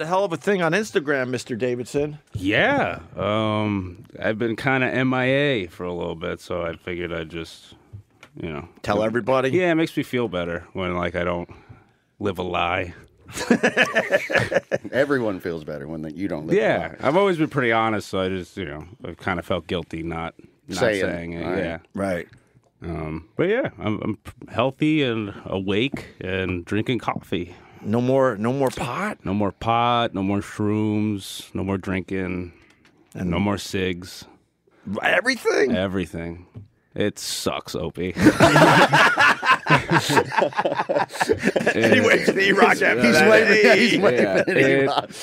a hell of a thing on Instagram, Mr. Davidson. Yeah. Um, I've been kind of MIA for a little bit, so I figured I'd just, you know. Tell everybody. Yeah, it makes me feel better when, like, I don't live a lie. Everyone feels better when that you don't. Live Yeah. I've always been pretty honest, so I just, you know, I've kind of felt guilty not, not Saying, saying, it. right. Yeah. Right. Um, but yeah, I'm, I'm p- healthy and awake and drinking coffee. No more. No more pot. No more pot, no more shrooms, no more drinking, and no more cigs. Everything. Everything. It sucks, Opie. Anyways, the rock He's waving. Yeah, he's waving. Yeah, it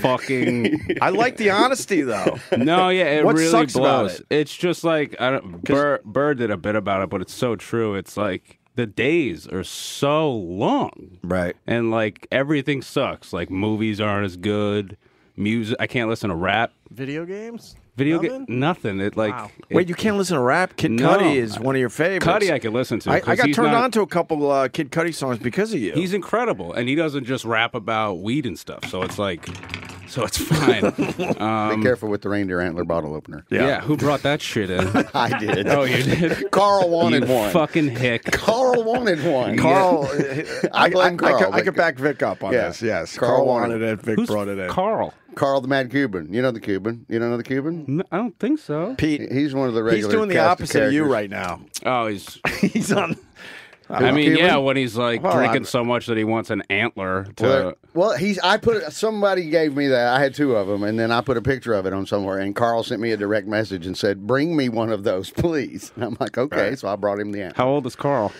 fucking I like the honesty though. no, yeah, it What really sucks about blows. it? It's just like I don't. Burr, Burr did a bit about it, but it's so true. It's like the days are so long, Right. and like everything sucks. Like movies aren't as good. Music, I can't listen to rap. Video games? Video Nothing? game, nothing. It like Wow. it- Wait, you can't listen to rap. Kid No. Cudi is one of your favorites. Cuddy, I can listen to. I, I 'cause got he's turned not- on to a couple uh, Kid Cudi songs because of you. He's incredible, and he doesn't just rap about weed and stuff. So it's like, so it's fine. um, Be careful with the reindeer antler bottle opener. yeah. who brought that shit in? I did. oh, you did. Carl wanted you one. fucking hick. Carl wanted one. Carl, uh, I blame I, Carl, could, I but- could back Vic up on Yeah. this. Yes, Carl Carl, wanted wanted it. Vic Who's brought it in. Carl? Carl the Mad Cuban. You know the Cuban. You don't know the Cuban. No, I don't think so. Pete, He's one of the Mm-hmm. he's regular. doing the cast opposite of you characters. right now. Oh, he's. he's on. I mean, Cuban? yeah, when he's like Well, drinking I'm- so much that he wants an antler to. Well, there- well, he's. I put somebody gave me that. I had two of them, and then I put a picture of it on somewhere. And Carl sent me a direct message and said, "Bring me one of those, please." And I'm like, "Okay." So I brought him the antler. how old is Carl?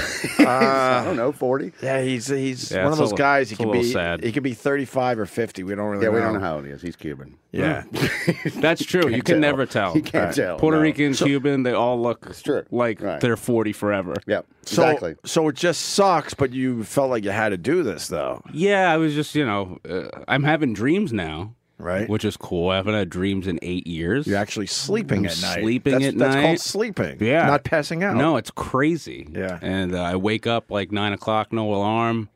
I don't know, forty. Yeah, he's he's Yeah, one of it's a those li- guys. He it's a could little be sad. he could be thirty five or fifty. We don't really. Yeah, know. we don't know how Mm, old he is. He's Cuban. Yeah, Hmm. That's true. You can never tell. You can't tell. Puerto no. Rican, Cuban, they all look true. like Right. they're 40 forever. Yep. so, exactly. So it just sucks. But you felt like you had to do this though, Yeah, I was just, you know, uh, I'm having dreams now, right? which is cool. I haven't had dreams in eight years. You're actually sleeping I'm at night. sleeping that's, at that's night. called sleeping. Yeah. not passing out. No, it's crazy. Yeah. And uh, I wake up like nine o'clock, no alarm,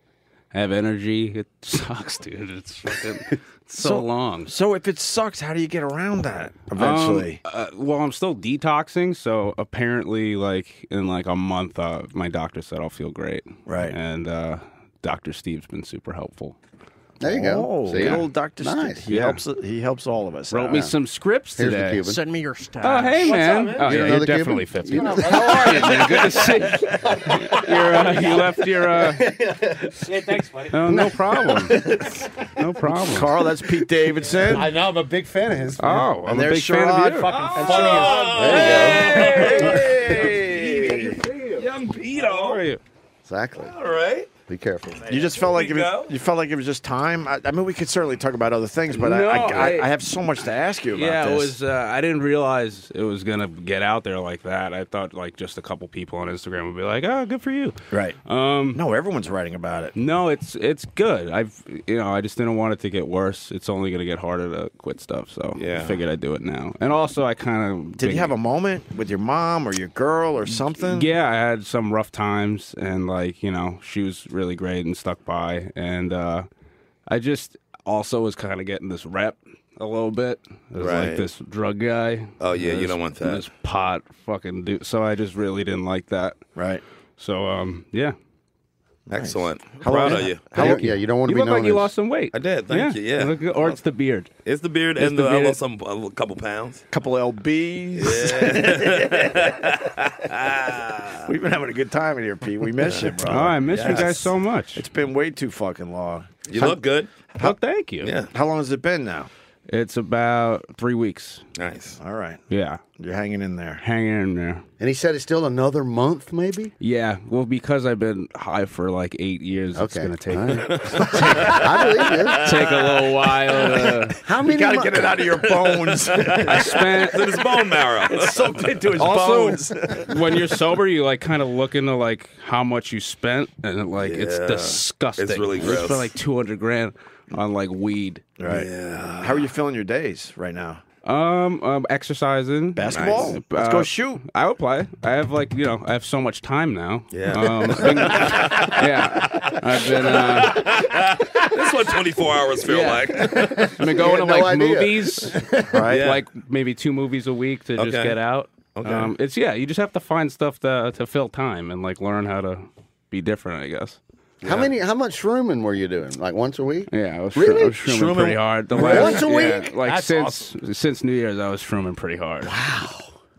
have energy. It sucks, dude. It's fucking so, So- long. So if it sucks, how do you get around that eventually? Um, uh, well, I'm still detoxing, so apparently, like in like a month, uh, my doctor said I'll feel great. Right. And uh, Doctor Steve's been super helpful. There you go. Oh, See? good old Doctor. Nice. He helps. He helps all of us. Wrote out. me some scripts Here's the today. Cuban. Send me your stuff. Oh hey man! Oh You yeah, don't you're know the definitely Cuban? fifty. You don't How are you? Man? Good to see you. You're, uh, you left your. Uh... thanks, buddy. Oh, no problem. No problem. Carl, that's Pete Davidson. I know I'm a big fan of his. oh, I'm And a there's big fan of Sherrod you. fucking Young Pito. are you? Exactly. All right. Be careful. You just felt like it There was, we go. you felt like it was just time. I, I mean, we could certainly talk about other things, but I, No, I, I- I, I have so much to ask you about Yeah, it this. was. Uh, I didn't realize it was gonna get out there like that. I thought like just a couple people on Instagram would be like, "Oh, good for you." right. Um, no, everyone's writing about it. no, it's it's good. I've you know I just didn't want it to get worse. It's only gonna get harder to quit stuff. So Yeah. I figured I'd do it now. And also, I kind of Did you have a moment with your mom or your girl or something? Yeah, I had some rough times, and like you know, she was really great and stuck by, and uh, I just also was kind of getting this rep a little bit, as Right. like this drug guy. Oh, yeah, you this- don't want that. This pot fucking dude. So I just really didn't like that. Right. So um, yeah. Excellent. How Proud long- of you. How You- long- yeah, you don't want to You be look known like you as- lost some weight. I did, thank you, yeah. look good. or it's the beard. It's the beard and the the, beard. I lost some a couple pounds. couple LBs. We've been having a good time in here, Pete. We miss you, bro. Oh, I miss you Yes. guys so much. It's been way too fucking long. You look good. well, thank you. Yeah. How long has it been now? It's about three weeks. Nice. All right. Yeah, You're hanging in there. hanging in there. And he said it's still another month, maybe. Yeah, well, because I've been high for like eight years, it's Okay. gonna take All right. I believe you. take a little while. To, How many? Gotta mo- get it out of your bones. I spent. It's bone marrow. Soaked into his Also, bones. when you're sober, you like kind of look into like how much you spent, and it, like it's Yeah. disgusting. It's really I gross. spent like two hundred grand on like weed. Right. yeah. How are you feeling your days right now? Um, um exercising, Basketball? Nice. Let's go Uh, shoot. I would play. I have like you know I have so much time now. Yeah. Um, I've been- yeah. I've been uh, That's what 24 hours feel Yeah. like. I've been going to had no like idea. movies, Right. Yeah. like maybe two movies a week to just Okay. get out. Okay. Um, it's yeah. You just have to find stuff to to fill time and like learn how to be different. I guess. How many? How much shrooming were you doing? Like once a week? Yeah, I was, shroom- Really? I was shrooming Shrooming- pretty hard. The Once a yeah, week? like That's since since New Year's, I was shrooming pretty hard. Wow.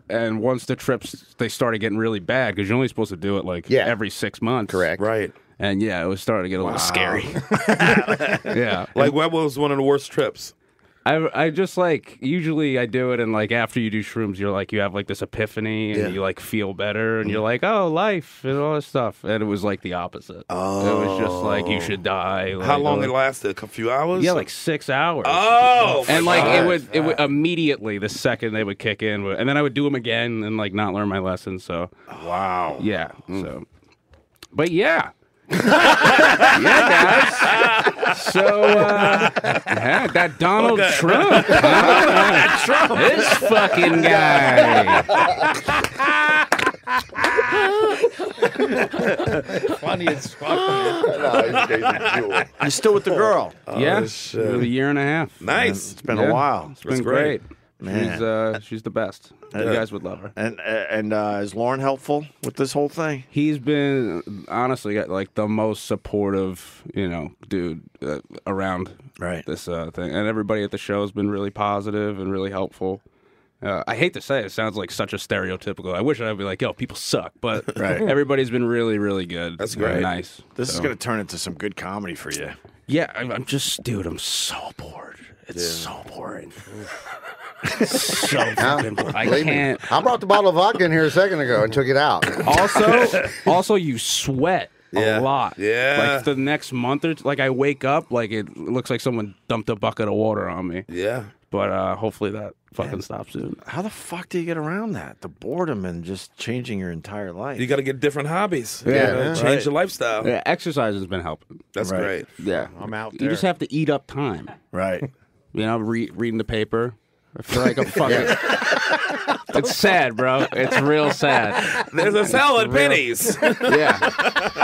And once the trips they started getting really bad because you're only supposed to do it like Yeah. every six months, Correct. Right. And yeah, it was starting to get a little scary. yeah, Like, what was one of the worst trips? I I just like usually I do it and like after you do shrooms, you're like you have like this epiphany and Yeah. you like feel better and you're like oh life and all this stuff. And it was like the opposite. it was just like you should die. How like, long oh, it lasted? A few hours? Yeah, like six hours. Oh, and my like God. it would it would immediately the second they would kick in and then i would do them again and like not learn my lesson so wow. yeah so but yeah yeah guys so uh yeah, that donald trump that trump this fucking guy Funny as fuck. Oh, You're still with the girl. yeah shit. it was a year and a half Nice. It's been Yeah. a while. it's been That's great. great, Man. she's uh she's the best you Yeah. guys would love her And and uh, is Lauren helpful with this whole thing? he's been honestly got, like the most supportive you know dude uh, around Right. this uh, thing and everybody at the show has been really positive and really helpful uh, i hate to say it, it sounds like such a stereotypical i wish i'd be like yo people suck but Right. everybody's been really really good That's and great. nice This is So- going to turn into some good comedy for you. yeah I'm, I'm just dude i'm so bored it's so boring so fucking boring. i Believe me. can't I brought the bottle of vodka in here a second ago and took it out. also, also you sweat a Yeah. lot. Yeah. Like the next month or t- like I wake up like it looks like someone dumped a bucket of water on me. Yeah. But uh hopefully that fucking stops soon. How the fuck do you get around that? The boredom and just changing your entire life. You got to get different hobbies. Yeah. You know, change your lifestyle. Yeah, exercise has been helping. That's Right. great. Yeah. I'm out You just there. have to eat up time. right. You know, re- reading the paper. I feel like I'm fucking. it's sad, bro. It's real sad. There's a salad pennies. Yeah.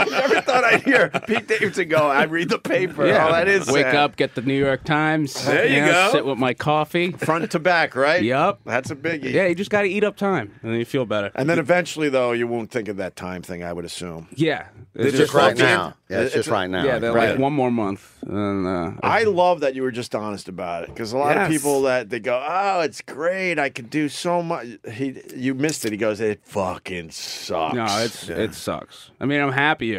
Never thought I'd hear Pete Davidson go, I read the paper. yeah. Oh, that is Wake sad. up, get the New York Times. There you go. Sit with my coffee. Front to back, right? Yup. That's a biggie. Yeah, you just got to eat up time, and then you feel better. And then eventually, though, you won't think of that time thing, I would assume. Yeah, It's just right Well, now. dude, Yeah, it's just it's- right now. Yeah, they're Right. like one more month. And, uh, I love that you were just honest about it because a lot Yes. of people that they go, "Oh, it's great, I could do so much." He, you missed it. He goes, "It fucking sucks." no, it's it sucks. I mean, I'm happier,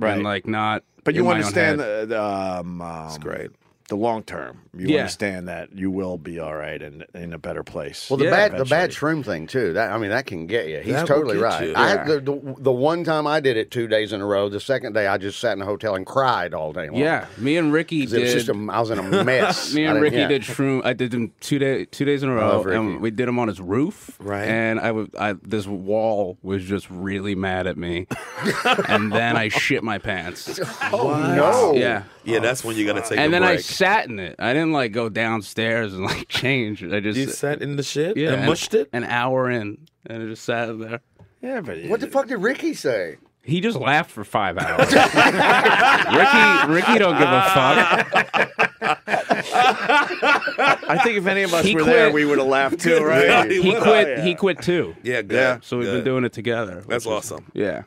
Oh, Right. And like not, but in you my own understand head. the, the um, um, That's great. the long term. You Yeah. understand that you will be all right and in a better place. Well, the Yeah, bad, the bad shroom thing too. That I mean, that can get you. He's That will totally get right. you. I had the, the the one time I did it two days in a row. The second day I just sat in a hotel and cried all day long. yeah. Me and Ricky 'Cause it was did. just a, I was in a mess. me I and didn't- Ricky yeah. did shroom. I did them two day two days in a row. love Ricky. and we did them on his roof, Right. And I would, I this wall was just really mad at me, and then I shit my pants. Oh, No, Yeah. Yeah, that's when you got to take And a then I break. sat in it. I didn't like go downstairs and like change. I just you sat in the shit yeah, and an- mushed it? an hour in, and I just sat in there. yeah, but What the fuck did Ricky say? He just laughed for five hours. Ricky, Ricky don't give a fuck. I think if any of us He were there, quit. we would have laughed too, right? God, he He Oh, quit. yeah. He quit too. Yeah, good. Yeah. So we've good. been doing it together. That's which is- awesome. Yeah.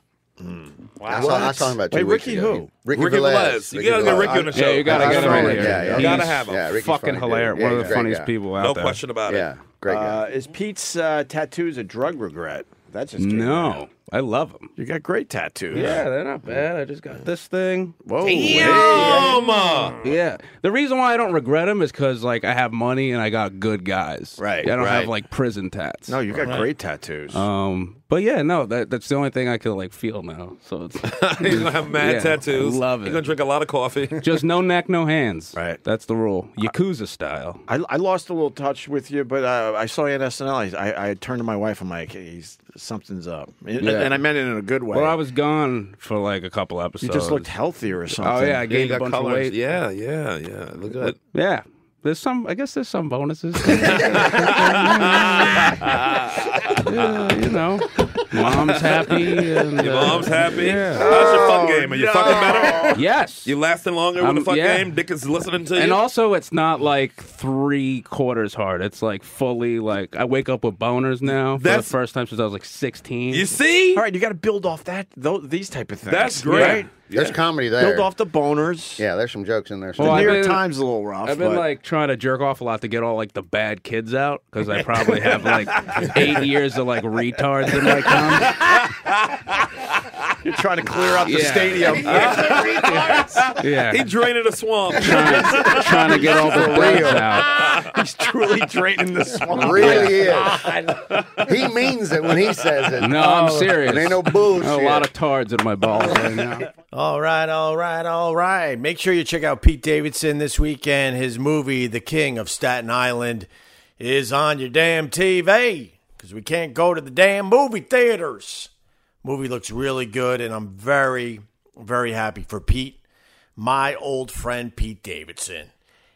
I saw, I saw him about two Wait, weeks Ricky ago. who? Ricky, Ricky Velez. Velez. You gotta get Ricky on the show. Yeah, you gotta I- get I him saw in him. here. Yeah, yeah. He's Gotta have him. Yeah, Ricky's fucking funny, dude. hilarious. Yeah, One of he's the a great funniest guy. people out No there. question about Yeah, it. great guy. Uh, is Pete's uh, tattoos a drug regret? That's just came out. No, I love him. You got great tattoos. Yeah, they're not bad. I just got this thing. Whoa. Yoma! Yeah. The reason why I don't regret them is because like I have money and I got good guys. Right, I don't right. have like prison tats. No, you got great tattoos. Um, but yeah, no, that that's the only thing I could like feel now. So it's He's gonna have mad Yeah, tattoos. love He's it. gonna drink a lot of coffee. just no neck, no hands. Right. that's the rule, yakuza style. I, I lost a little touch with you, but uh, I saw you on SNL. I, I turned to my wife. I'm like, he's something's up, and, Yeah. and I meant it in a good way. Well, I was gone for like a couple episodes. you just looked healthier or something. Oh yeah, I Yeah, you gained a bunch of weight. Yeah, yeah, yeah. Look good. Yeah, There's some. I guess there's some bonuses. Yeah, you know, mom's happy. And, Your uh, mom's happy. Yeah. How's your fuck game? Are you fucking better? Yes. You lasting longer Um, with the fuck yeah. game? Dick is listening to you. and also, it's not like three quarters hard. It's like fully like I wake up with boners now for That's- the first time since I was like 16. you see? All right, you got to build off that tho- these type of things. That's great. Right? There's comedy there. Build off the boners. yeah, there's some jokes in there. Well, The I- New I've York been- Times is a little rough. I've been but- like trying to jerk off a lot to get all like the bad kids out because I probably have like eight years of like retards in my cum. you're trying to clear out the Yeah. stadium. Yeah, He drained a swamp. trying, trying to get all the real. brads out. He's truly draining the swamp. really is. He means it when he says it. No, I'm serious. It Oh, ain't no I bullshit. have a lot of tards in my balls right now. All right, all right, all right. Make sure you check out Pete Davidson this weekend. His movie, The King of Staten Island, is on your damn TV because we can't go to the damn movie theaters. Movie looks really good, and I'm very, very happy for Pete, my old friend Pete Davidson.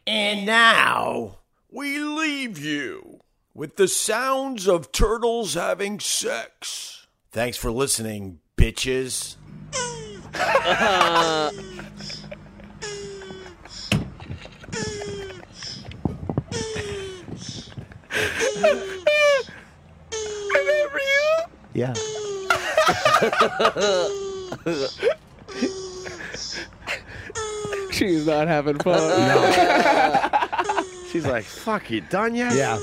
And now we leave you with the sounds of turtles having sex. Thanks for listening, bitches. Yeah. She's not having fun. She's like, fuck, you done yet? Yeah.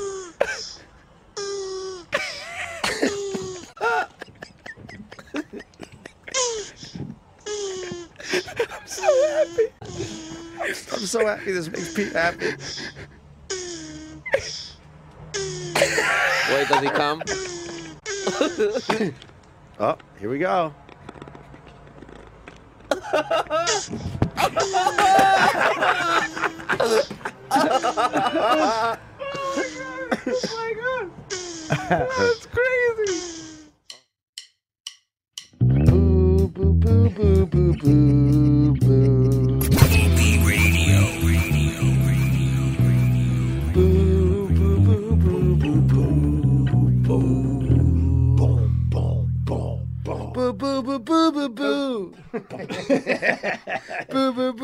I'm so happy this makes Pete happy. Wait, does he come? Oh, here we go. boo boo boo boo boo boo boo boo boo